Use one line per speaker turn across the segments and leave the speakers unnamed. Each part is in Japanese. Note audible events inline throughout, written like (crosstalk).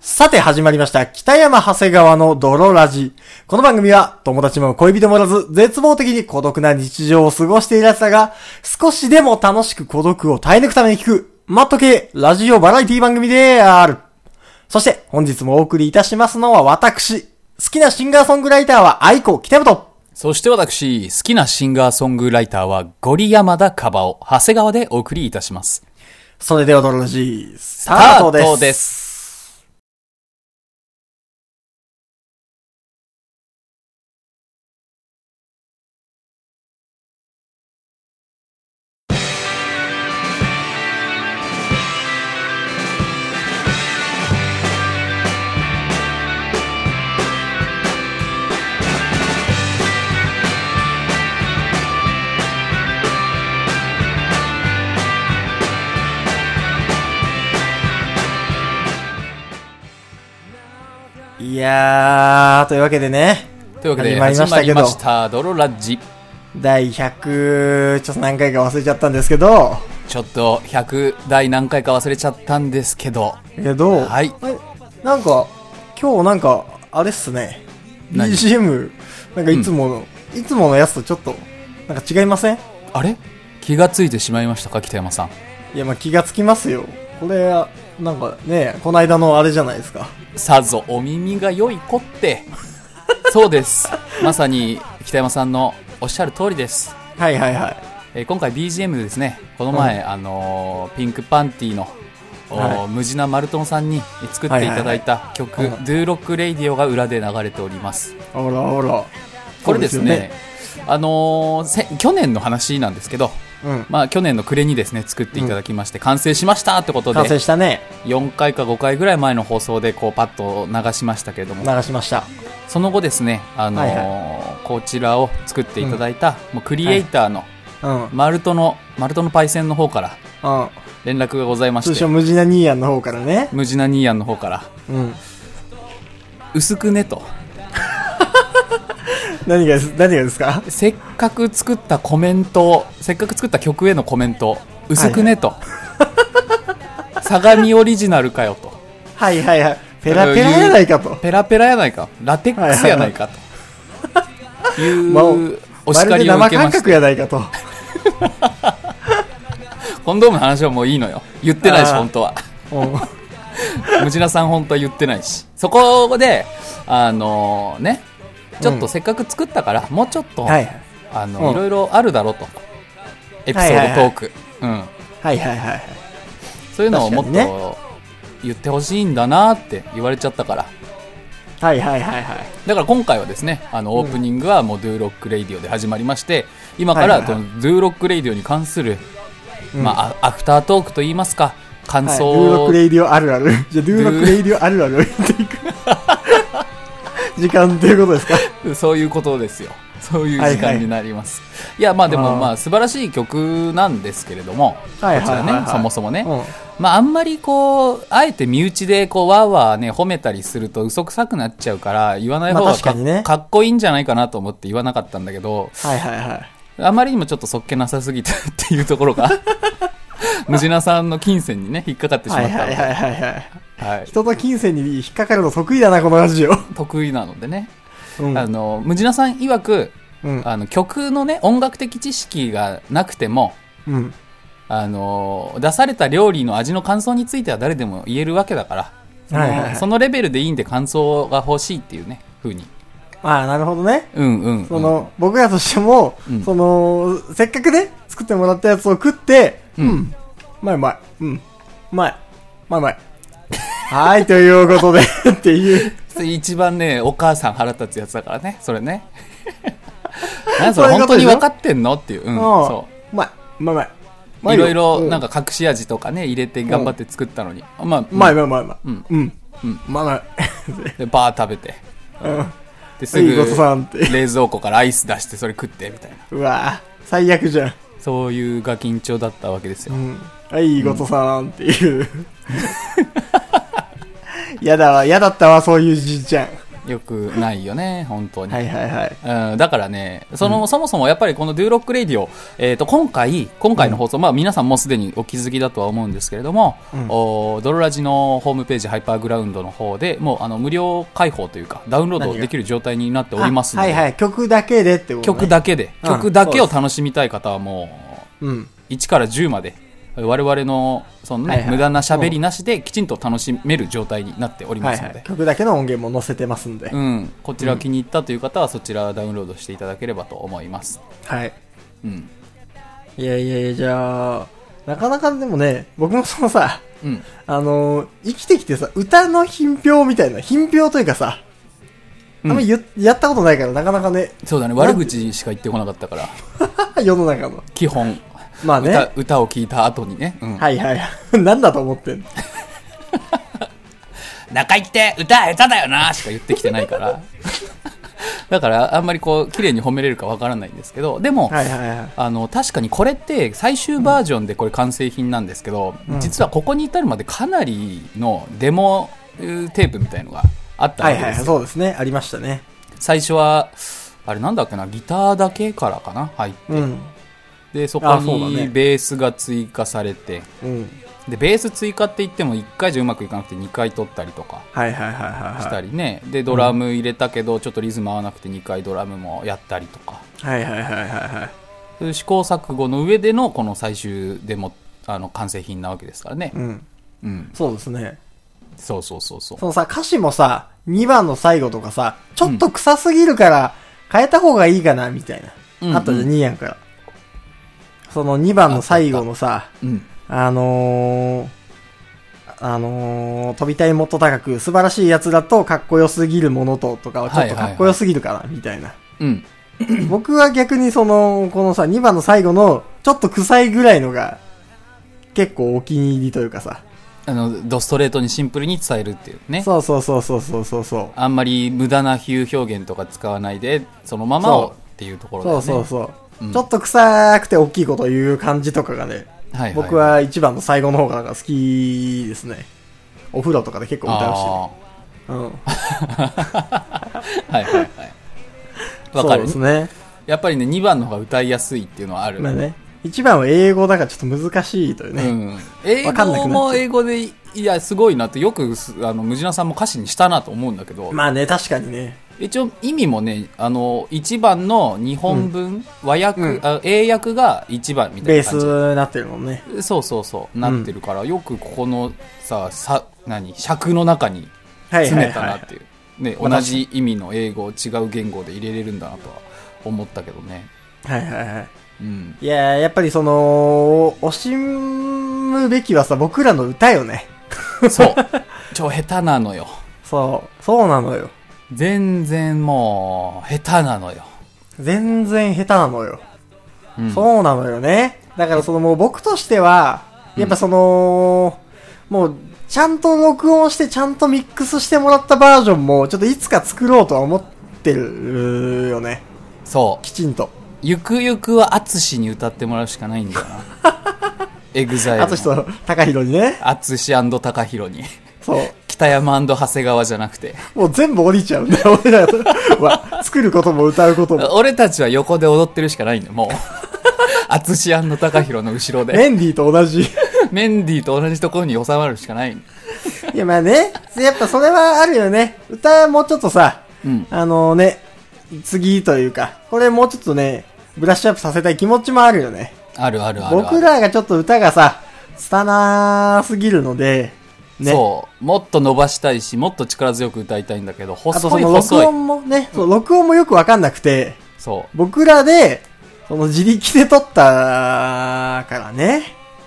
さて始まりました、北山長谷川の泥ラジ。この番組は、友達も恋人もおらず、絶望的に孤独な日常を過ごしていらしたが、少しでも楽しく孤独を耐え抜くために聞く、マット系ラジオバラエティ番組である。そして、本日もお送りいたしますのは私。好きなシンガーソングライターは、愛子北本。
そして私、好きなシンガーソングライターは、ゴリ山田カバオ、長谷川でお送りいたします。
それでは泥ラジ、スター
タ
トです。
です。
いやー、というわけでね、
というわけ
始
で、
まりま
始
した
ま
けど
りました、ドロラッジ。
第100、ちょっと何回か忘れちゃったんですけど、
ちょっと、100台何回か忘れちゃったんですけど、
けど、
はい
えなんか、今日なんか、あれっすね。
何
BGM、なんかいつも、いつものやつとちょっと、なんか違いません
あれ気がついてしまいましたか、北山さん。
いや、まあ気がつきますよ。これ、なんかね、この間のあれじゃないですか。
さぞお耳が良い子って。そうです。まさに、北山さんのおっしゃる通りです。
はいはいはい。
えー今回 BGM でですねこの前、あのーピンクパンティの、おー
は
ムジナ・マルトンさんに作っていただいた曲「
はいはい
Do Rock Radio」が裏で流れております
あらあら。
これですねあのーせ去年の話なんですけど、
そうですよね。
まあ、去年の暮れにですね作っていただきまして、完成しましたってこ
う
と
ん。完成
で
したね。
4回か5回ぐらい前の放送でこうパッと流しましたけれども
流しました。
その後ですね、あのー
はい
こちらを作っていただいた、もうクリエイターの
うん。
マルトのマルトのパイセンの方から
うん。
連絡がございま
通
し
称
て、
ムジナニーヤンの方からね。
ムジナニーヤンの方から、
うん。
薄くねと、
何がです、何がですか
せっかく作ったコメントを、せっかく作った曲へのコメント、薄くねと、相模オリジナルかよと、
(laughs) はいはいはい。ペラペラやないかと。
ペラペラやないか、ラテックスやないかと、いう、
まあ
お
ま
叱
るで
りを受
生
けま
感
して、
覚やないかと。
コンドームの話はもういいのよ。言ってないし、
あー
本当は。
うん。
ムジナさん本当は言ってないし。そこで、あのね、ちょっとせっかく作ったから、もうちょっと、
はいはい。
あの、
うん
いろいろあるだろうと。エピソ
はいはいは
ー
い
ドトーク。うん。
はいはいはいはい。
そういうのをもっ
確かに
と言ってほしいんだなって言われちゃったから。
はいはいはいはい。
だから今回はですね、あの、オープニングはもう Do Rock Radio で始まりまして、今か
は
ら
いはい
こ
は
の
い
Do Rock Radio に関する、ま
あ、
あ、あアフタートークといいますか、感
はい、 (laughs) ド
想
ゥーロッ
を
クレイディオあ
(laughs)
るある。じゃあ、ドゥーロックレイディオあるあるをやっていく。時間ということですか
そういうことですよ。そういう時間になります。いや、まあで
あー
もまあ素晴らしい曲なんですけれども、
はいはい
こちら
はいはい
ね、そもそもね。
う
まああんまりこう、あえて身内でこう、わーわーね、褒めたりすると嘘くさくなっちゃうから、言わない方
まあ
が
確か
か,、
にね
っこいいんじゃないかなと思って言わなかったんだけど、
ん。はいはいはい。
あまりにもちょっとそっけなさすぎたっていうとこ
(laughs)
ろが、ムジナさんの金銭にね、引っかかってしま
は
っ
い
たの
はい
で、
はいはいはい。
はい
人と金銭に引っかかるの得意だな、このラジオ。
得意なのでね。
うん。
あの、ムジナさん曰く、
うん。
あの曲のね音楽的知識がなくても
うん。
あの出された料理の味の感想については誰でも言えるわけだからその,、
はいはいはい
そのレベルでいいんで感想が欲しいっていうねふうに
ああ、なるほどね。
うんうん、うん
その、僕らとしても、
うん
その、せっかくね、作ってもらったやつを食って、
うん
うまいうまい。うん。うまい。うまいうま
(laughs)
い。はい、ということで、っていう。
一番ねお母さん腹立つやつだからねそ
(laughs)
れねなんそれ
そういうこと
本当
で
に
しょ
分かってんのっていう、うん、
うん。
そう
まい。うまいうまい。うま
うい
よ
ろいろなん
うん
か隠し味とかね入れて頑張って作ったのに、まあ、
うまいうまいうまいうまい。
うん
うん。
う
うんん。うまいうまい。
でバー食べて
うん。
です
いいことさんっ
ぐ
て
冷蔵庫からアイス出してそれ食ってみたいな
うわぁ、最悪じゃん。
そういうが緊張だったわけですよ
う。ん。はい、いいことさん (laughs) っていう。やだわ、やだったわ、そういうじいちゃん。
よくないよ
(laughs)
ね、本当に。
はいはいはい。
うん、だからね、その、そもそもやっぱりこのドゥーロックレディオ、えっ、と、今回、今回の放送、まあ皆さんもうすでにお気づきだとは思うんですけれども、
うん
おドロラジのホームページ、ハイパーグラウンドの方で、もうあの、無料開放というか、ダウンロードできる状態になっておりますの
あ
で、
はいはい。曲だけでってこと、ね、
曲。だけで、
うん
曲だけ
そう
を
で
楽しみたい方はも
うん。
う、1から10まで、我々の、そのね、
はいはい
無駄な喋りなしで、きちんと楽しめる状態になっており
は
ま
い
すので、
はい。曲だけの音源も載せてますんで。
うん、こちら気に入ったという方は、そちらダウンロードしていただければと思います。
はい。
うん。
いやいやいや、じゃあ、なかなかでもね、僕もそのさ、
うん。
あのー生きてきてさ、歌の品評みたいな、品評というかさ、あんまり言やったことないから、なかなかね、 (laughs)
そうだね、悪口しか言ってこなかったから、
世の中の。
基本、
まあね。
歌歌を聞いた後にね、うん
はいはい。 (laughs) なんだと思ってんの
中井って歌下手だよなしか言ってきてないから、 (laughs) だからあんまりこう、綺麗に褒めれるかわからないんですけど、でも、
はいはいはい。
あの確かにこれって最終バージョンでこれ完成品なんですけど、
うん
実はここに至るまでかなりのデモえーテープみたいのがあったわ
は
け
い
ですよ、
はいはい、そうですね。ありましたね。
最初はあれなんだっけなギターだけからかな入って、
うん。
でそこ
あそうだ
に
ね
ベースが追加されて、
うん。
でベース追加って言っても1回じゃうまくいかなくて2回取ったりとか
はいはいはいはい。
した
り。
りね、でドラム入れたけどちょっとリズム合わなくて2回ドラムもやったりとか
はいはいはいはいはい。
そういう試行錯誤の上でのこの最終デモあの完成品なわけですからね、
うん。
うん、
そうですね。
そうそうそうそう
そのさ、歌詞もさ、2番の最後とかさ、ちょっと臭すぎるから変えた方がいいかな、みたいな。
うん
あったじゃん、2やんから。その2番の最後のさ、
うん
あのー、あのー、飛びたいもっと高く、素晴らしい奴らとかっこよすぎるものととかはちょっとかっこよすぎるかな、みたいな。 (laughs)
うん
僕は逆にその、このさ、2番の最後の、ちょっと臭いぐらいのが、結構お気に入りというかさ。
あのドストレートにシンプルに伝えるっていうね
そうそうそうそうそうそうそう。
あんまり無駄な比喩表現とか使わないでそのままを
そう
っていうところだ
そ
よ
う
ね
そうそう。
うん
ちょっと臭くて大きいこと言う感じとかがね、
はいいい
僕は1番の最後の方がなんか好きですね。お風呂とかで結構歌うしね。
(laughs)
うん。
あーはいはいはい
(laughs)
わ
そ
か
う
る、
ですね。
やっぱりね2番の方が歌いやすいっていうのはある、
まあね。1番は英語だからちょっと難しいという
う
ね。 (laughs)
ん、英
わかんなくなっちゃう
語も英語でいやすごいなってよくすあのムジナさんも歌詞にしたなと思うんだけど、
まあね、確かにね。
一応意味もねあの1番の日本文、和訳、
うん
あ英訳が1番みた
ベー
いな
ス
感じ
になってるもんね。
そうそうそうなってるから、よくここのささ何尺の中に
はいは
詰
い
めた
は
なっ
い。
ていう、ね、
まあ
同じ意味の英語を違う言語で入れれるんだなとは思ったけどね、
はいはいはい。 (laughs)
うん、
いやー、やっぱりその、惜しむべきはさ、僕らの歌よね。
そう超下手なのよ
そう。そうなのよ。
全然もう下手なのよ、
全然下手なのよ。
うん
そうなのよね。だからそのもう僕としては、やっぱその、もうちゃんと録音してちゃんとミックスしてもらったバージョンもちょっといつか作ろうとは思ってるよね。
そう
きちんと。
ゆくゆくは淳に歌ってもらうしかないんだ
(laughs)
よなエグザイル
あと人、高弘にね。
淳高弘に (laughs)
そう。
北山長谷川じゃなくて
もう全部降りちゃうんだよ、 (laughs) 俺らと。わ作ることも歌うことも。
俺たちは横で踊ってるしかないんだよ
(laughs)
もう淳高弘の後ろで
メンディーと同 (laughs) じ。い
メンディーと同じところに収まるしかない
や、まあね。やっぱそれはあるよね。歌もうちょっとさ、
うん
あのね、次というか、これもうちょっとね、ブラッシュアップさせたい気持ちもあるよね。
あるあるあるある
僕らがちょっと歌がさ、拙なすぎるので、ね。
そうもっと伸ばしたいしもっと力強く歌いたいんだけど
あと
細
そ
い
の録
細い
音もね、そう、録音もよくわかんなくて、
そ
僕らで、その自力で撮ったからね。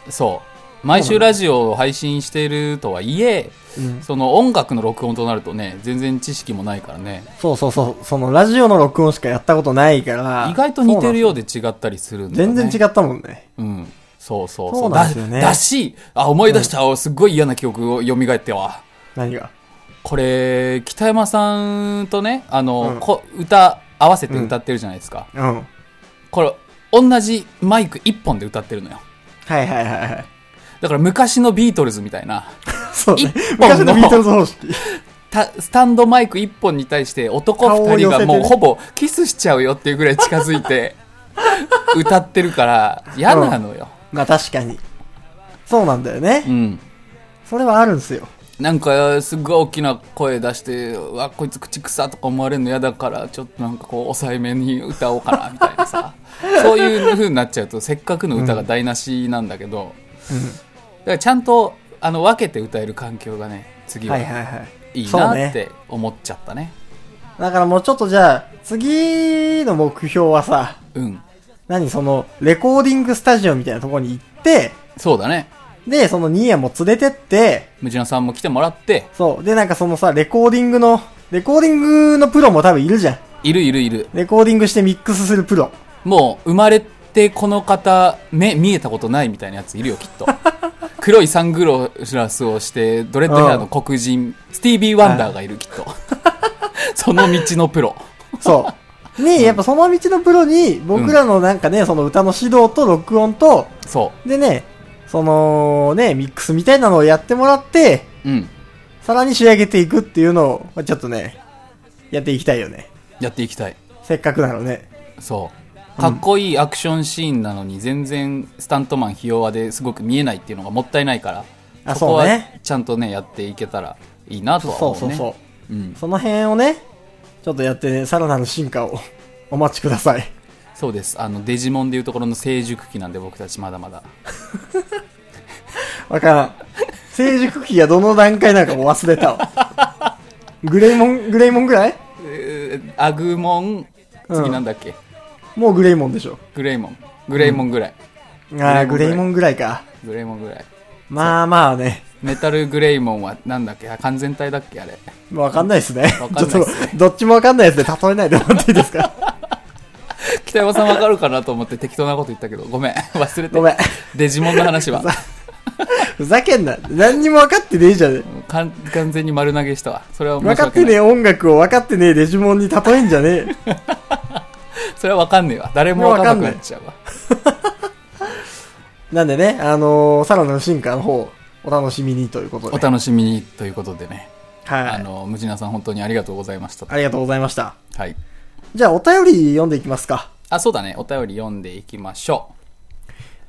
うそう毎週ラジオを配信しているとはいえ
うん。
その音楽の録音となるとね全然知識もないからね
そうそうそう、そのラジオの録音しかやったことないから。
意外と似てる
よ。
ようで違ったりするんだ、ね、
全然違ったもんね。
うん。そうそう
そうなんですよね
だだし、あ、思い出した、すっごい嫌な記憶を蘇ってわ。
何が。
これ、北山さんとね、あの、
うん
こ歌、合わせて歌ってるじゃないですか。
うん。はい
これ、同じマイク一本で歌ってるのよ。
はいはいはい。
だから昔のビートルズみたいな、
そうね
一。本
昔の
の
ビートルズ方式。
たスタンドマイク1本に対して男2人がもうほぼキスしちゃうよっていうぐらい近づ
(laughs)
いて歌ってるから嫌なのよ、
まあ確かに。そうなんだよね。
うん、
それはあるんですよ。
なんかすごい大きな声出して「うわこいつ口臭」とか思われるの嫌だからちょっとなんかこう抑えめに歌おうかなみたい
(laughs)
なさそういう風になっちゃうとせっかくの歌が台無しなんだけど、だからちゃんとあの分けて歌える環境がね次は
はいいはいはい。
い
そう
な
ね
って思っちゃったね
だからもうちょっとじゃあ、次の目標はさ、
うん
何その、レコーディングスタジオみたいなところに行って、
そうだね
で、そのニーヤも連れてって、
ムジナさんも来てもらって
そう。で、なんかそのさ、レコーディングの、レコーディングのプロも多分いるじゃん。
いるいるいる
レコーディングしてミックスするプロ。
もう生まれてこの方目見えたことないみたいなやついるよきっ
(laughs)
と黒いサングラスをしてドレッドヘアの黒人スティービー・ワンダーがいるきっと (laughs) その道のプロ
そう。に、やっぱその道のプロに、僕らのなんかね、その歌の指導と録音と、
そ
でね、そのね、ミックスみたいなのをやってもらって、
ううん
さらに仕上げていくっていうのを、まあちょっとね、やっていきたいよね。
やっていきたい
せっかくなのね。
そうかっこいいアクションシーンなのに全然スタントマンひ弱ですごく見えないっていうのがもったいないから
あ
そこは
そうね
ちゃんとねやっていけたらいいなとは
そう
思う
そう
ね
そう。
うん
その辺をね、ちょっとやってね、さらなる進化をお待ちください。
そうですあのデジモンでいうところの成熟期なんで僕たちまだまだ
わからん。成熟期がどの段階なのかも忘れたわ。 (laughs) グレイモン、グレイモンぐらい
えーアグモン
うん
次なんだっけ、
もうグレイモンでしょ。
グレイモングレイモンぐらい、
ああ、
グ
グ
レ
レ
イ
イ
モ
モンぐらいか。
グレイモンぐらい
まあまあね。
メタルグレイモンはなんだっけあ完全体だっけあれ (laughs)
わかんないですね。
わかんないっすね
ちょっと、どっちもわかんないですね。例えないでもらっていいです
(laughs)
か
北山さんわかるかなと思って適当なこと言ったけどごめん (laughs) 忘れて
ごめん。
デジモンの
(laughs)
話は
ふざけんな。何にも分かってねえじゃね
完完全に丸投げしたわそれは
え。分
申し
かっ
訳
て
な
ね
い
え音楽を分かってねえデジモンに例えんじゃねえ。
それはわかんねえわ誰もわかんなくなっちゃうわ
なんでね、あのー、さらなる進化の方、お楽しみにということ
お
で。
楽しみにということでね、あ
はい。
のムジナさん本当にありがとうございました
ありがとうございました。
はい
じゃあ、お便り読んでいきますか。
あそうだねお便り読んでいきましょ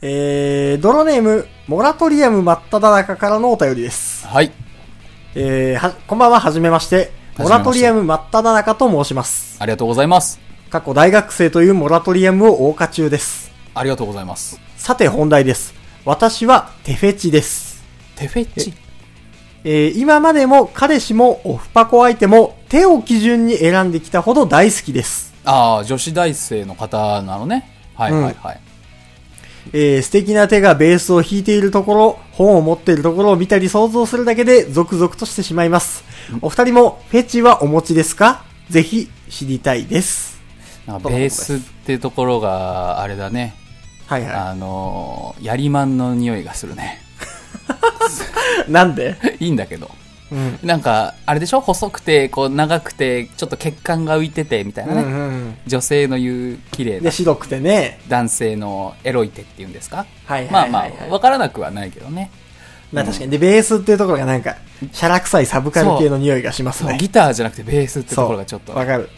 えー、ドロネーム、モラトリアム真っ只中からのお便りです。
うはい
えー、は、こんばんは、はじめまして。
はじめまして
モラトリアム真っ只中と申します。
ありがとうございます
過去大学生というモラトリアムを謳歌中です。
ありがとうございます
さて本題です。私はテフェチです。
テフェッチ
えー今までも彼氏もオフパコ相手も手を基準に選んできたほど大好きです。
ああ、女子大生の方なのね。はいはいはい。
えー素敵な手がベースを弾いているところ、本を持っているところを見たり想像するだけでゾクゾクとしてしまいます。お二人もフェチはお持ちですかぜひ知りたいです。
なんかベースってところが、あれだね。
はいは
あのー、やりまんの匂いがするね。 (laughs)
い。なんで
いいんだけど。
うん。
なんか、あれでしょ細くて、こう長くて、ちょっと血管が浮いてて、みたいうなね。
ん
女性の言う綺
う
麗
ん。で、
な
白くてね。
男性のエロい手っていうんですか
はい
ま
は
あ
い
ま
はいはい、
あ、わからなくはないけどね。
まあ確かに。で、ベースっていうところがなんか、シャラ臭いサブカル系の匂いがします
そう、
ね。
ギターじゃなくてベースってところがちょっと。
わかる。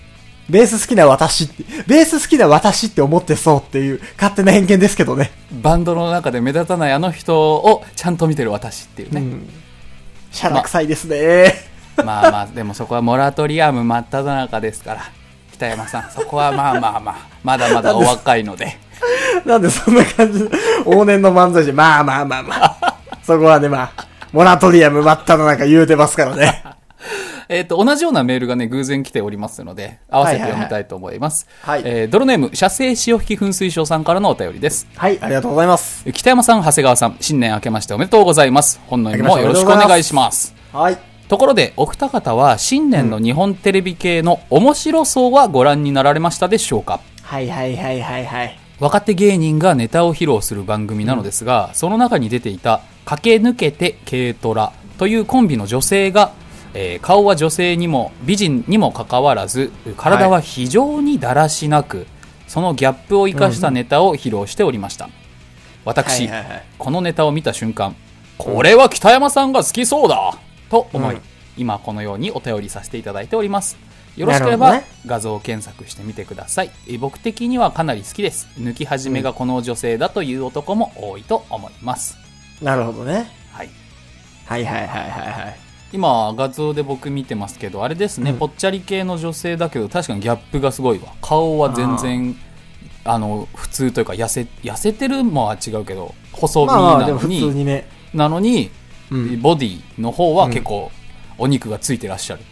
ベース好きな私って、ベース好きな私って思ってそうっていう勝手な偏見ですけどね。
バンドの中で目立たないあの人をちゃんと見てる私っていうね。
うん。シャラ臭いですね。
まあまあでもそこはモラトリアム真っ只中ですから北山さんそこはまあまあまあまだまだお若いので
(laughs) なんでそんな感じ、往年の漫才師、まあまあまあまあ。そこはね、まあ、モラトリアム真っただ中言うてますからね。
えっと同じようなメールがね偶然来ておりますので合わせて読みたいと思います、
はいはいはい
えー、ドロネーム射精潮引き噴水症さんからのお便りです
はい、ありがとうございます。
北山さん長谷川さん新年明けましておめでとうございます本年もよろしくお願いします
はい。
ところでお二方は新年の日本テレビ系の面白そうはご覧になられましたでしょうか
はいはいはいはいはい。
若手芸人がネタを披露する番組なのですが、その中に出ていた「駆け抜けて軽トラ」というコンビの女性が、えー顔は女性にも美人にもかかわらず体は非常にだらしなく、そのギャップを生かしたネタを披露しておりました、私、
はいはいはい
このネタを見た瞬間これは北山さんが好きそうだと思い、
うん
今このようにお便りさせていただいておりますよろしければ、
なるほど
画像検索してみてくださいえー僕的にはかなり好きです抜き始めがこの女性だという男も多いと思います、
なるほどね。
はい
はいはいはいはいはい。
今画像で僕見てますけどあれですね、
うん
ぽっちゃり系の女性だけど確かにギャップがすごいわ顔は全然あの普通というか痩せ痩せてるもは違うけど細身
まあまあ、
な
でも
の
普通
に,、
にね。
なのに
うん。
ボディの方は
うん
結構お肉がついてらっしゃる、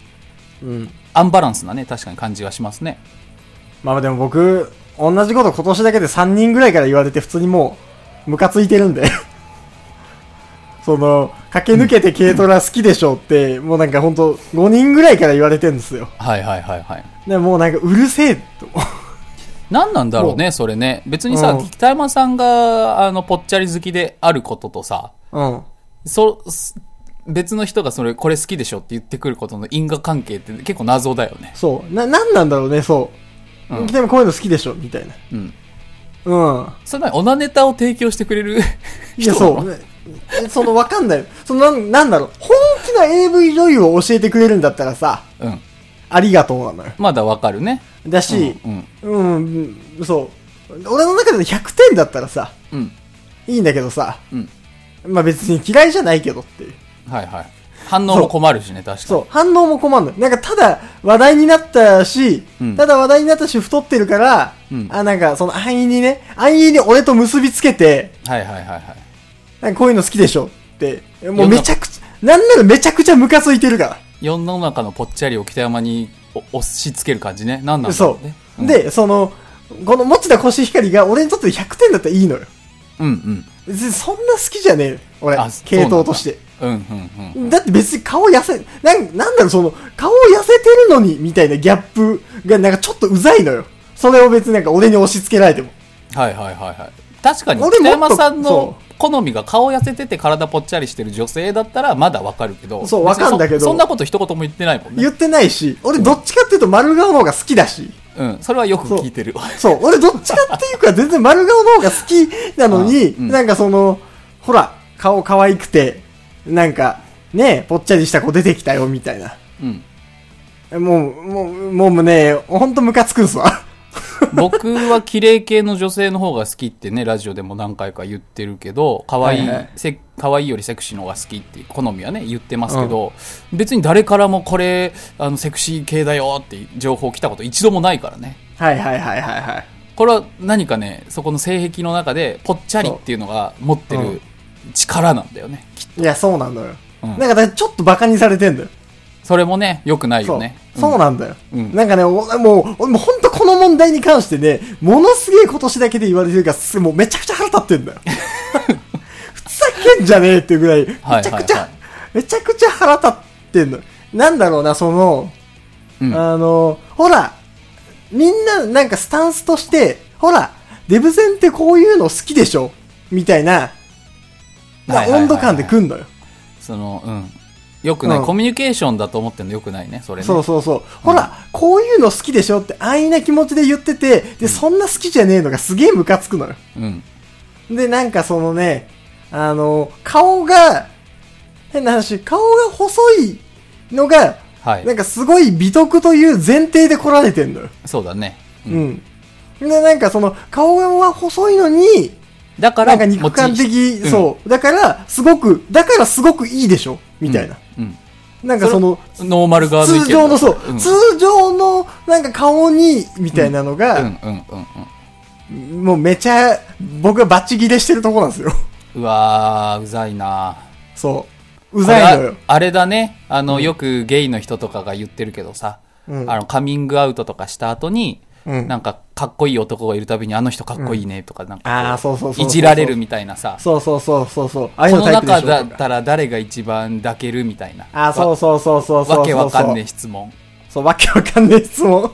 うん。
アンバランスなね確かに感じがしますね
まあでも僕、同じこと今年だけで3人ぐらいから言われて普通にもう、ムカついてるんで。 (laughs) その、駆け抜けて軽トラ好きでしょって、もうなんかほんと5人ぐらいから言われてるんですよ。
はいはいはいはい
でもうなんかうるせえと。
何なんだろうねそれね別に
う
さ
ん
北山さんがあのぽっちゃり好きであることとさ
うん。
そす別の人がそれこれ好きでしょって言ってくることの因果関係って結構謎だよね、
そう。な、なんなんだろうね、そう。
うん
でもこういうの好きでしょみたいな。
うん、
うん。
それなにオナネタを提供してくれる
いや、
人
そ
なの
う。えその、わかんない。その、なんなんだろう。本気な AV 女優を教えてくれるんだったらさ、
うん
ありがとうなのよ。
まだわかるね
だし、
うんうん
うん、うんそう。俺の中で100点だったらさ、
うん、
いいんだけどさ、
うん
まあ別に嫌いじゃないけどっていう。
はいはい反応も困るしね確かに
そう、反応も困るの。なんかただ話題になったし、
うん
ただ話題になったし太ってるから、
うん
あ、なんかその安易にね、安易に俺と結びつけて、
はいはいはいはい
なんかこういうの好きでしょって、も
世の
うめちゃくちゃ、なんならめちゃくちゃムカついてるから。
世の中のぽっちゃりを北山にお押し付ける感じね何なんだろ
そう
ね
う。で、その、この持田コシヒカリが俺にとって100点だったらいいのよ。
うんうん
別にそんな好きじゃねえよ。俺
あ、そう
系
なんだ
統として。
うんうんうん
だって別に顔痩せ、なん、なんだろう、その、顔痩せてるのに、みたいなギャップが、なんかちょっとうざいのよ。それを別になんか俺に押し付けられても。
はいはいはいはい確かに
俺もっと
北山さんの
そ
好みが顔痩せてて体ぽっちゃりしてる女性だったらまだわかるけど
そう
別に
わかんだけど
そそんなこと一言も言ってないもんね
言ってないし、俺どっちかっていうと丸顔の方が好きだし。
うんそれはよく聞いてる
そう、俺どっちかっていうか全然丸顔の方が好きなのに、
あうん
なんかその、ほら、顔可愛くて、なんか、ねえ、ぽっちゃりした子出てきたよ、みたいな。
(laughs) うん
もう、もう、もうね、ほんとムカつくんすわ。
僕は綺麗系の女性の方が好きってねラジオでも何回か言ってるけど可愛い
はいはい
せ可愛いよりセクシーの方が好きって好みはね言ってますけど、別に誰からもこれあのセクシー系だよって情報来たこと一度もないからね
はいはいはいはいはい。
これは何かねそこの性癖の中でぽっちゃりっていうのが持って
そうう
る力なんだよね、きっ
いや、そうなんだよ。
うん
なんかだからちょっとバカにされてんだよ。
それもね良くない
そ
よ
う
ね
そう
な
なんだよ。
うん
なんかね、おもう、俺もうほんとこの問題に関してね、ものすげえ今年だけで言われてるから、すもうめちゃくちゃ腹立ってん
(laughs)
だよ。ふざけんじゃねえっていうぐらい、めち
はい
ゃくちゃ、
はいはい
めちゃくちゃ腹立ってんのよ。なんだろうな、その、
うん
あの、ほら、みんななんかスタンスとして、ほら、デブ戦ってこういうの好きでしょみたいな、
はいはいはいはい
温度感でくんのよ。
そのうん良くない、
うん
コミュニケーションだと思ってるの良くないねそれね
そうそうそう。ほら、こういうの好きでしょって安易な気持ちで言ってて、で、そんな好きじゃねえのがすげえムカつくのよ。
うん
で、なんかそのね、あの、顔が、変な話、顔が細いのが、
はい
なんかすごい美徳という前提で来られてんのよ。
そうだね、う
うんん。で、なんかその、顔が細いのに、
だか
な
ら
んか肉感
持ち
的、
うん
そう。だから、すごく、だからすごくいいでしょみたいな。
うん
なんかその、
ノーマル側の意見だ
通常のそう、
うん
通常のなんか顔にみたいなの
うんう
が、
んうんうん
もうめちゃ僕がバッチギレしてるとこなんですよ (laughs)
うわーうざいな
そううざいの
あれ
よ
あれだねあの、よくゲイの人とかが言ってるけどさ、
うん
あのカミングアウトとかした後に、
うん
なんかかっこいい男がいるたびにあの人かっこいいねとかなんか
ああそうそうそうそう
いじられるみたいなさ
そうそうそうそうそうああい
こ
うの
の
タイプでし
中
ょ
だっ
とか
たら誰が一番抱けるみたいな
あーそう
わ
そうそうそうそうそう
わけわかんねえ質問
そうわけわかんねえ質問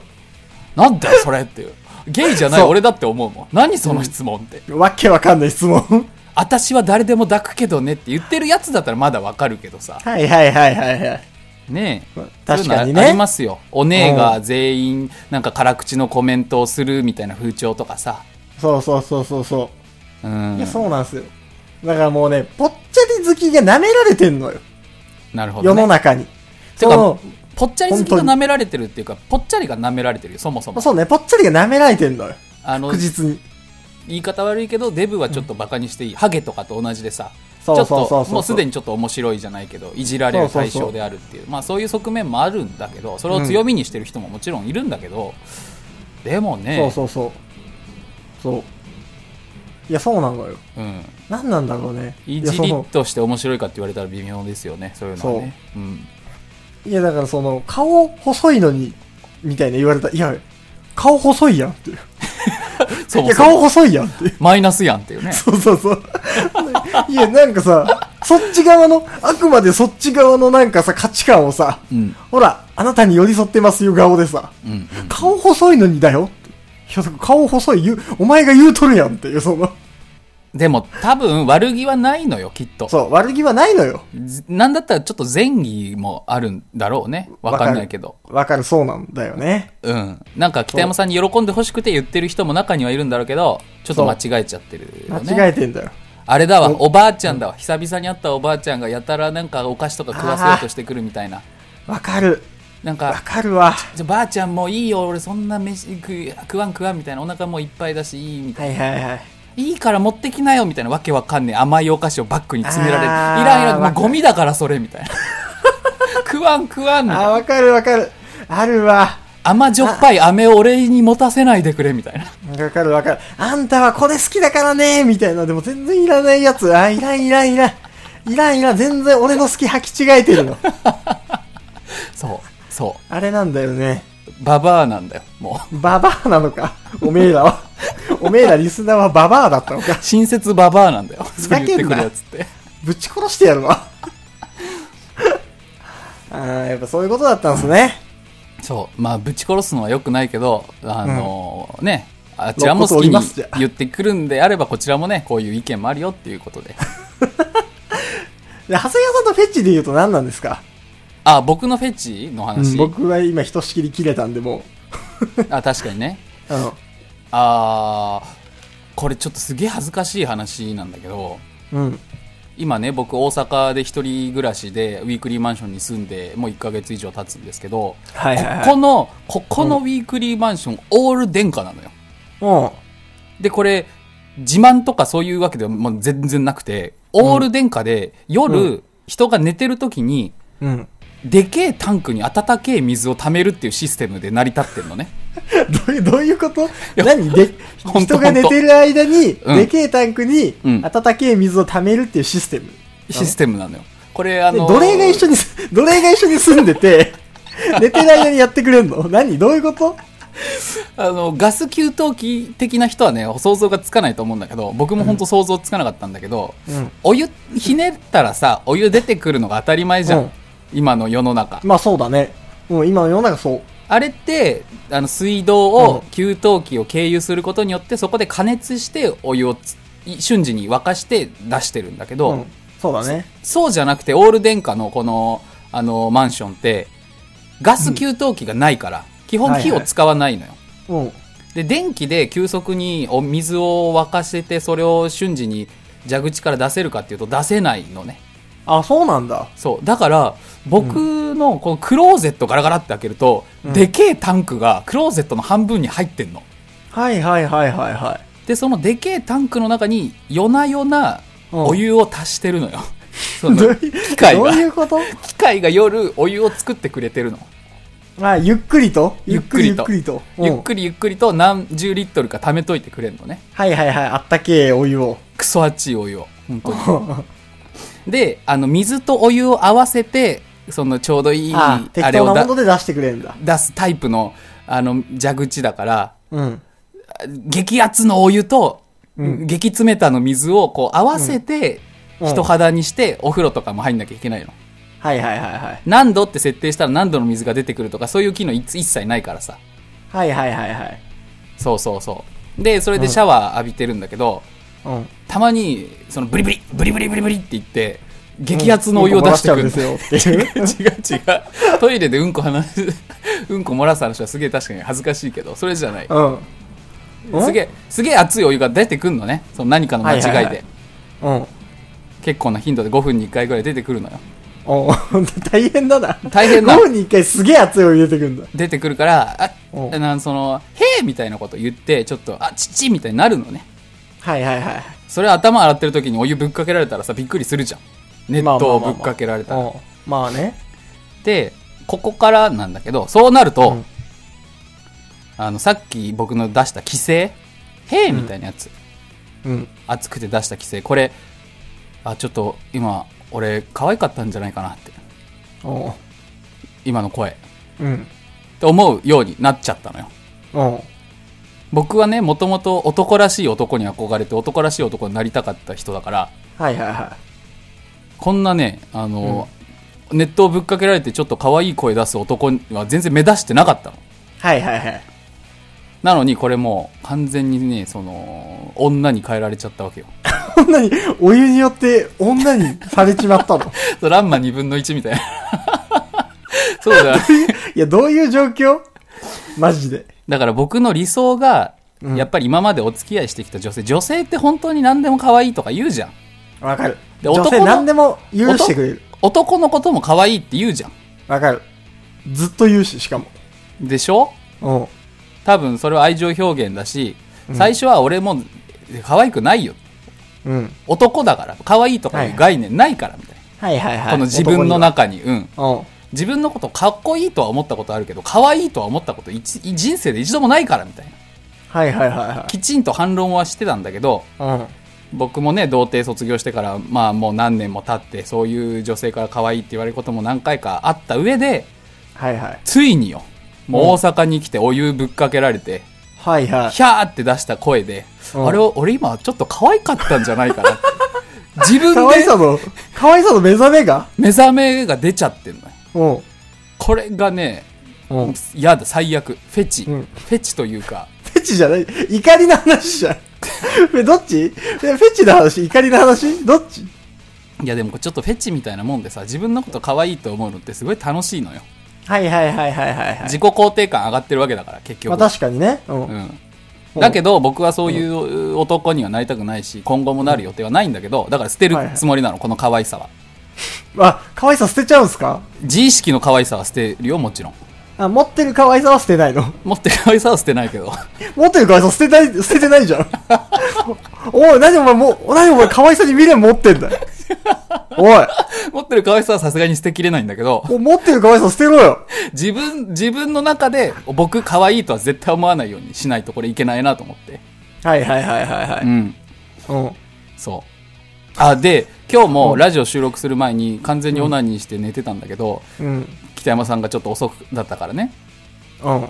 なんだよそれっていうゲイじゃない
そう
俺だって思うもん何その質問って、
わけわかんない質問 (laughs)
私は誰でも抱くけどねって言ってるやつだったらまだわかるけどさ
はいはいはいはいはい
ねえ
まあ確かにね
そういうのありますよお姉が全員なんか辛口のコメントをするみたいな風潮とかさ
そうそうそうそうそうう、
ん
いやそうなんですよだからもうねぽっちゃり好きが舐められてんのよ
なるほど、
世
ね、
の中に。
てか
そう
ぽっちゃり好きが舐められてるっていうかぽっちゃりが舐められてるよそもそ
まあ
も
そうね、ぽっちゃりが舐められてんのよ。
あの
確実に。
言い方悪いけどデブはちょっとバカにしていい、ハゲとかと同じでさ
そうそうそう
ちょ
そ
っ
う
ともうすでにちょっと面白いじゃないけどいじられる対象であるっていうまあ、そういう側面もあるんだけどそれを強みにしてる人ももちろんいるんだけど、でもね
そうそうそう。そう。いや、そうなのよ。
うん、
なんなんだろうね。
い
や
じ
そ
り
の
として面白いかって言われたら微妙ですよねそういうのはねうん、
いや、だからその、顔細いのに、みたいな言われた。いや、顔細いやんっていう。
そ
い
も
や、
そも
顔細いやんっていう。 (laughs)
マイナスやんっていうね
そうそうそう。いや、なんかさ、そっち側の、あくまでそっち側のなんかさ、価値観をさ、
うん
ほら、あなたに寄り添ってますよ顔でさ、
うんうん
顔細いのにだよって。いや、顔細い言う、お前が言うとるやんっていう、その、
でも多分悪気はないのよきっと
そう、悪気はないのよ。
ずなんだったらちょっと前儀もあるんだろうねわかんないけど
わかる、そうなんだよね。
うん。なんか北山さんに喜んで欲しくて言ってる人も中にはいるんだろうけど、ちょっと間違えちゃってるよね。
間違えてんだよ。
あれだわ、おばあちゃんだわ。久々に会ったおばあちゃんがやたらなんかお菓子とか食わせようとしてくるみたいな。
わかる。
なん
わ
か、
かるわ。
じゃあばあちゃんもういいよ、俺そんな飯食食わん食わんみたいな。お腹もういっぱいだし、いいみた
はいはいはい。
いな。いいから持ってきなよみたいな。わけわかんねえ。甘いお菓子をバッグに詰められる。い
あー
らんいらん、も
わ
う
かる
ゴミだからそれみたいな。食わん食わんみたい
あー、
な。
わかるわかる。あるわ。
甘じょっぱい飴を俺に持たせないでくれみたいな。
わかるわかる。あんたはこれ好きだからねみたいな。でも全然いらないやつ。あー、いらんいらんいらん。いらんいらん。全然俺の好き履き違えてるの。
そう、そう。
あれなんだよね。
ババアなんだよ、も
ババアなのか。おめえらは。おめえらリスナーはババアだったのか。
う。親切ババアなんだよ。そ
ざ
れ言
け
っ
んな
てくるやつって。
ぶち殺してやるわ。 (laughs) あーやっぱそういうことだったんですね。
そう。まあ、ぶち殺すのは良くないけど、あのね、あちらも好き
肋骨折り
に
ますじゃあ
言ってくるんであれば、こちらもね、こういう意見もあるよっていうこと
(laughs)
で。
で、長谷川さんとフェッチで言うと何なんですか、
あ、僕のフェチの
う
話、
ん、僕は今ひとしきり切れたんで、も
あ、確かにね。
う。あの、
あーこれちょっとすげえ恥ずかしい話なんだけど、
うん。
今ね、僕大阪で一人暮らしで、ウィークリーマンションに住んで、もう1ヶ月以上経つんですけど、
はいはい
ここの、ここのウィークリーマンション、オール電化なのよ。
こ
で、これ、自慢とかそういうわけではもう全然なくて、オール電化で夜、
う
人が寝てる時に、
うん。うん。 (laughs)
でけえタンクに温けえ水を溜めるっていうシステムで成り立ってん
(laughs)
のね。
どういう、どういうこと何で、
ほんと
人が寝てる間に、
うん
でけえタンクに
う、ん
温けえ水を溜めるっていうシステム。
システムなのよ。これ、あ
で
の、
奴隷が一緒に、奴隷が一緒に住んで
(laughs)
て、寝てる間にやってくれんの何どういうこと
あの、ガス給湯器的な人はね、想像がつかないと思うんだけど、僕も本当想像つかなかったんだけど、
うん
お湯、ひねったらさ、お湯出てくるのが当たり前じゃん。
うん
今の世の中。
まあそうだね。うん、今の世の中そう。
あれって、あの、水道を
う、
給湯器を経由することによって、そこで加熱して、お湯をつい瞬時に沸かして出してるんだけど、
うん、そうだね。
そうじゃなくて、オール電化のこの、あの、マンションって、ガス給湯器がないから、基本
はい
火
は
を
い
使わないのよ。
うん。
で、電気で急速にお水を沸かせて、それを瞬時に蛇口から出せるかっていうと、出せないのね。
あ、そうなんだ。
そう。だから、僕のこのクローゼットガラガラって開けると、
うん
でけえタンクがクローゼットの半分に入ってんの。
はいはいはいはいは
(laughs) で、そのでけえタンクの中に夜な夜な
うん
お湯を足してるのよ。 (laughs) そ
い。
の
どう
機械
どうい
が、
うこと
機械が夜お湯を作ってくれてるの。
あ、ゆっくりと
ゆ
ゆ
っ
っ
く
く
り
りゆっ
と
くりと。うん
ゆっくりゆっくりと何十リットルか溜めといてくれるのね。
はいはいはい。あったけえお湯を。
クソ熱いお湯を。本当に。で、あの、水とお湯を合わせて、そのちょうどいい、
あ
あ
適
れを
当な
だ
温度で出してくれるんだ。
出すタイプの、あの、蛇口だから、
うん。
激圧のお湯と、
うん
激冷たの水をこう合わせ
う
て、
ん
人肌にしてお風呂とかも入んなきゃいけないの。
はいはいはいはい。
何度って設定したら何度の水が出てくるとかそういう機能一一切ないからさ。
はいはいはいはい。
そうそうそう。で、それでシャワー浴びてるんだけど、
うん。
たまに、そのブリブリ、ブリブリブリブリって言って、激圧のお湯を出してく
う
るの、
ん漏らしちゃうんですよっていう。
違う (laughs) 違う。トイレでうんこ話す、 (laughs) うんこ漏らす話はすげえ確かに恥ずかしいけど、それじゃない。
うん。
すげ
え。
え、すげえ熱いお湯が出てくんのね。その何かの間違いで。
はいはいはいうん。
結構な頻度で5分に1回ぐらい出てくるのよ。
お (laughs) 大変だな。
大変だ
5分に1回すげえ熱いお湯入れてくんだ。
出てくるから、あ、
お
なんその、へえみたいなこと言って、ちょっと、あ、ちっちみたいになるのね。
はいはいはい。
それ頭洗ってる時にお湯ぶっかけられたらさ、びっくりするじゃん。熱湯をぶっかけられたら。
おまあね。
で、ここからなんだけど、そうなると、
うん
あの、さっき僕の出した規制、へえみたいなやつ、
うん。
熱くて出した規制、これ、あ、ちょっと今、俺、可愛かったんじゃないかなって、
お
今の声、っ
うん。
て思うようになっちゃったのよ。
お
僕はね、もともと男らしい男に憧れて男らしい男になりたかった人だから、
はいはいは
こんなね、あの、ネットをぶっかけられてちょっと可愛い声出す男には全然目指してなかったの。
い。はいはい (laughs) はい。
なのにこれもう完全にね、その、女に変えられちゃったわけよ。 (laughs)
こんなに、お湯によって女にされちまったの
そうランマ2分の1みたいな。 (laughs) そうだよ。
(laughs) いや、どういう状況マジで。
だから僕の理想が、
うん
やっぱり今までお付き合いしてきた女性、女性って本当に何でも可愛いとか言うじゃん。
わかる。
で
女
男
性
の
何でも許してくれる。
男のことも可愛いって言うじゃん。
わかる。ずっと言うし、しかも。
でしょ
うん。
多分それは愛情表現だし、
うん
最初は俺も可愛くないよ。
うん。
男だから、可愛いとかいう概念ないからみたいな。
はいはいはい。
この自分の中に、うん。
男には。
自分のことかっこいいとは思ったことあるけど、可愛いとは思ったこと一人生で一度もないからみたいな。
うん。はいはいは
きちんと反論はしてたんだけど、
いはい。うん。
僕もね、童貞卒業してから、まあもう何年も経って、そういう女性から可愛いって言われることも何回かあった上で、
はいはい。
ついによ、もう
うん
大阪に来てお湯ぶっかけられて、
はいはい。
ヒャーって出した声で、
うん
あれを、俺今ちょっと可愛かったんじゃない
(laughs)
かなって。自分
かわい
で
さの、かわいさの目覚めが
目覚めが出ちゃってんのよ。
うん。
これがね、
うん。
やだ、最悪。フェチ。
うん
フェチというか、
フェチじゃない怒りの話じゃん。 (laughs) えどっちえフェチの話怒りの話どっち
いやでもちょっとフェチみたいなもんでさ、自分のこと可愛いと思うのってすごい楽しいのよ。
はいはいはいはいはい、は
自己肯定感上がってるわけだから、結
い。まあ
局。
確かにね。うん。
う
うん。
ん。だけど僕はそういう男にはなりたくないし、今後もなる予定はないんだけど、だから捨てるつもりなの、この可愛さは。
あ、可愛さ捨てちゃうんすか
自意識の可愛さは捨てるよ、もちろん。
あ、持ってる可愛さは捨てないの。
持ってる可愛さは捨てないけど。
持ってる可愛さ捨てない、捨ててないじゃん。 (laughs) おい、何お前もう、何お前可愛さに未練持ってん (laughs) だよ。おい、
(laughs) 持ってる可愛さはさすがに捨てきれないんだけど、
お持ってる可愛さ捨てろよ。
自分、自分の中で僕可愛いとは絶対思わないようにしないとこれいけないなと思って。
はいはいはいはいは
う
い。
ん。
うん。
そう。あ、で、今日もラジオ収録する前に完全にオナニーして寝てたんだけど、
うん。
北山さんがちょっと遅くだったからね。
うん。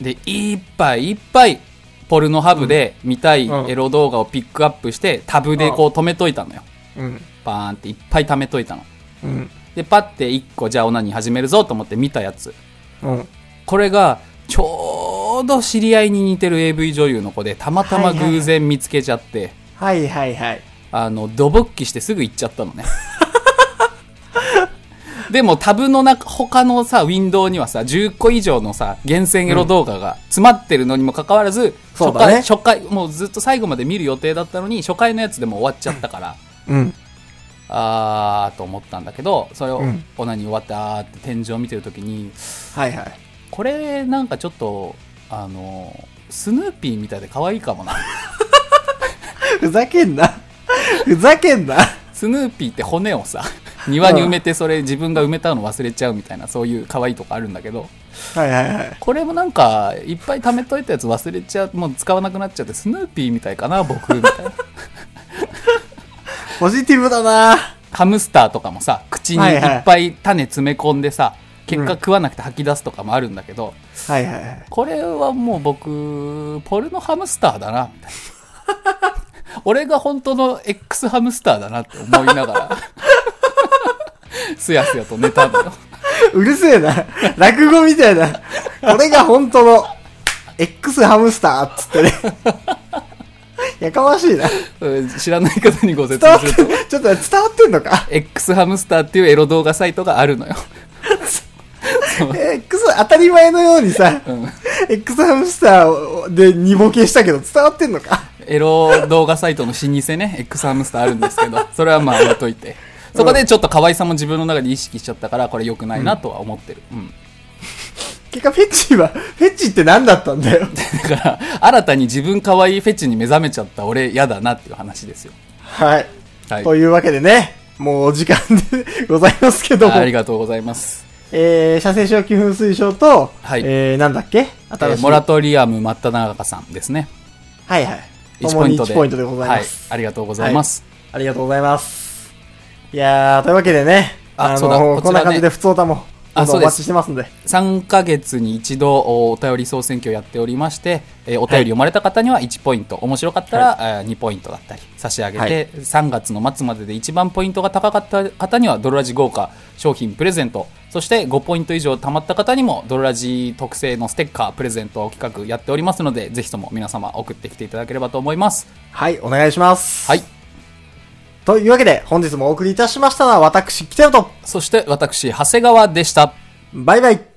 で、いっぱいいっぱい、ポルノハブで見たい
うん
エロ動画をピックアップして、タブでこう止めといたのよ。
うん。
バーンっていっぱい溜めといたの。
うん。
で、パッて一個、じゃあオナニー始めるぞと思って見たやつ。
うん。
これが、ちょうど知り合いに似てる AV 女優の子で、たまたま偶然見つけちゃって、
はいはいはい。
あの、ドボッキしてすぐ行っちゃった
(laughs)
のね。でもタブの中、他のさ、ウィンドウにはさ、10個以上のさ、厳選エロ動画が詰まってるのにもかかわらず、
そう
初
だ
回、
ね
初回、もうずっと最後まで見る予定だったのに、初回のやつでもう終わっちゃったから、
うん。
あーと思ったんだけど、それを
うん、
オナに終わったーって天井見てるときに、
はいはい。
これなんかちょっと、あの、スヌーピーみたいで可愛いかもな。 (laughs)
(laughs) ふざけんな。ふざけんな。
スヌーピーって骨をさ、庭に埋めてそれ自分が埋めたの忘れちゃうみたいな、そういう可愛いとこあるんだけど、
はいはいはい。
これもなんか、いっぱい貯めといたやつ忘れちゃう、もう使わなくなっちゃって、スヌーピーみたいかな、僕、みたいな。
ポジティブだな
ハムスターとかもさ、口に
はいいはい
っぱい種詰め込んでさ、結果食わなくて吐き出すとかもあるんだけど、
はいはいはい。
これはもう僕、ポルノハムスターだな、み (laughs) たいな。俺が本当の X ハムスターだなって思いながら、すやすやと寝たのよ。
うるせえな。落語みたいな。これが本当の、X ハムスターっつってね。やかましいな。
うん知らない方にご説
伝わ
明
っ
す
て、
る
ちょ
と
っと伝わってんのか
X ハムスターっていうエロ動画サイトがあるのよ
?X 当たり前のようにさ、X ハムスターで二ボケしたけど伝わってんのか
エロ動画サイトの老舗ね X ハムスターあるんですけどそれはまあ置いといてそこでちょっと可愛さも自分の中で意識しちゃったから、これ良くないなとは思ってる。うん。
結果フェチは、フェチって何だったんだよ。
だから、新たに自分可愛いフェチに目覚めちゃった俺嫌だなっていう話ですよ。
はい。
はい。
というわけでね、もうお時間でございますけども
あ、りがとうございます。
えー、射精小気噴水症と、
はい
えー、なんだっけ
え
新し
ー
い。
モラトリアム真った中さんですね。
はいはい。
1
共
ポイ
に
ントで。
1ポイントでございます。
はい。ありがとうございます。
ありがとうございます。いやー、というわけでね、
あ
の
そうだこちらね
こんな感じで普通歌も、ど
あ
んどん
そう
お
です
待ちしてますんで。
3ヶ月に一度おお便り総選挙をやっておりまして、えーお便り読まれた方には1ポイント、面白かったら、えー2ポイントだったり差し上げて、
はい
3月の末までで一番ポイントが高かった方にはドロラジ豪華商品プレゼントそして5ポイント以上貯まった方にもドロラジ特製のステッカープレゼント企画やっておりますのでぜひとも皆様送ってきていただければと思います
はい、お願いします。
はい。
というわけで、本日もお送りいたしましたのは、私、北野と、
そして私長谷川でした
バイバイ。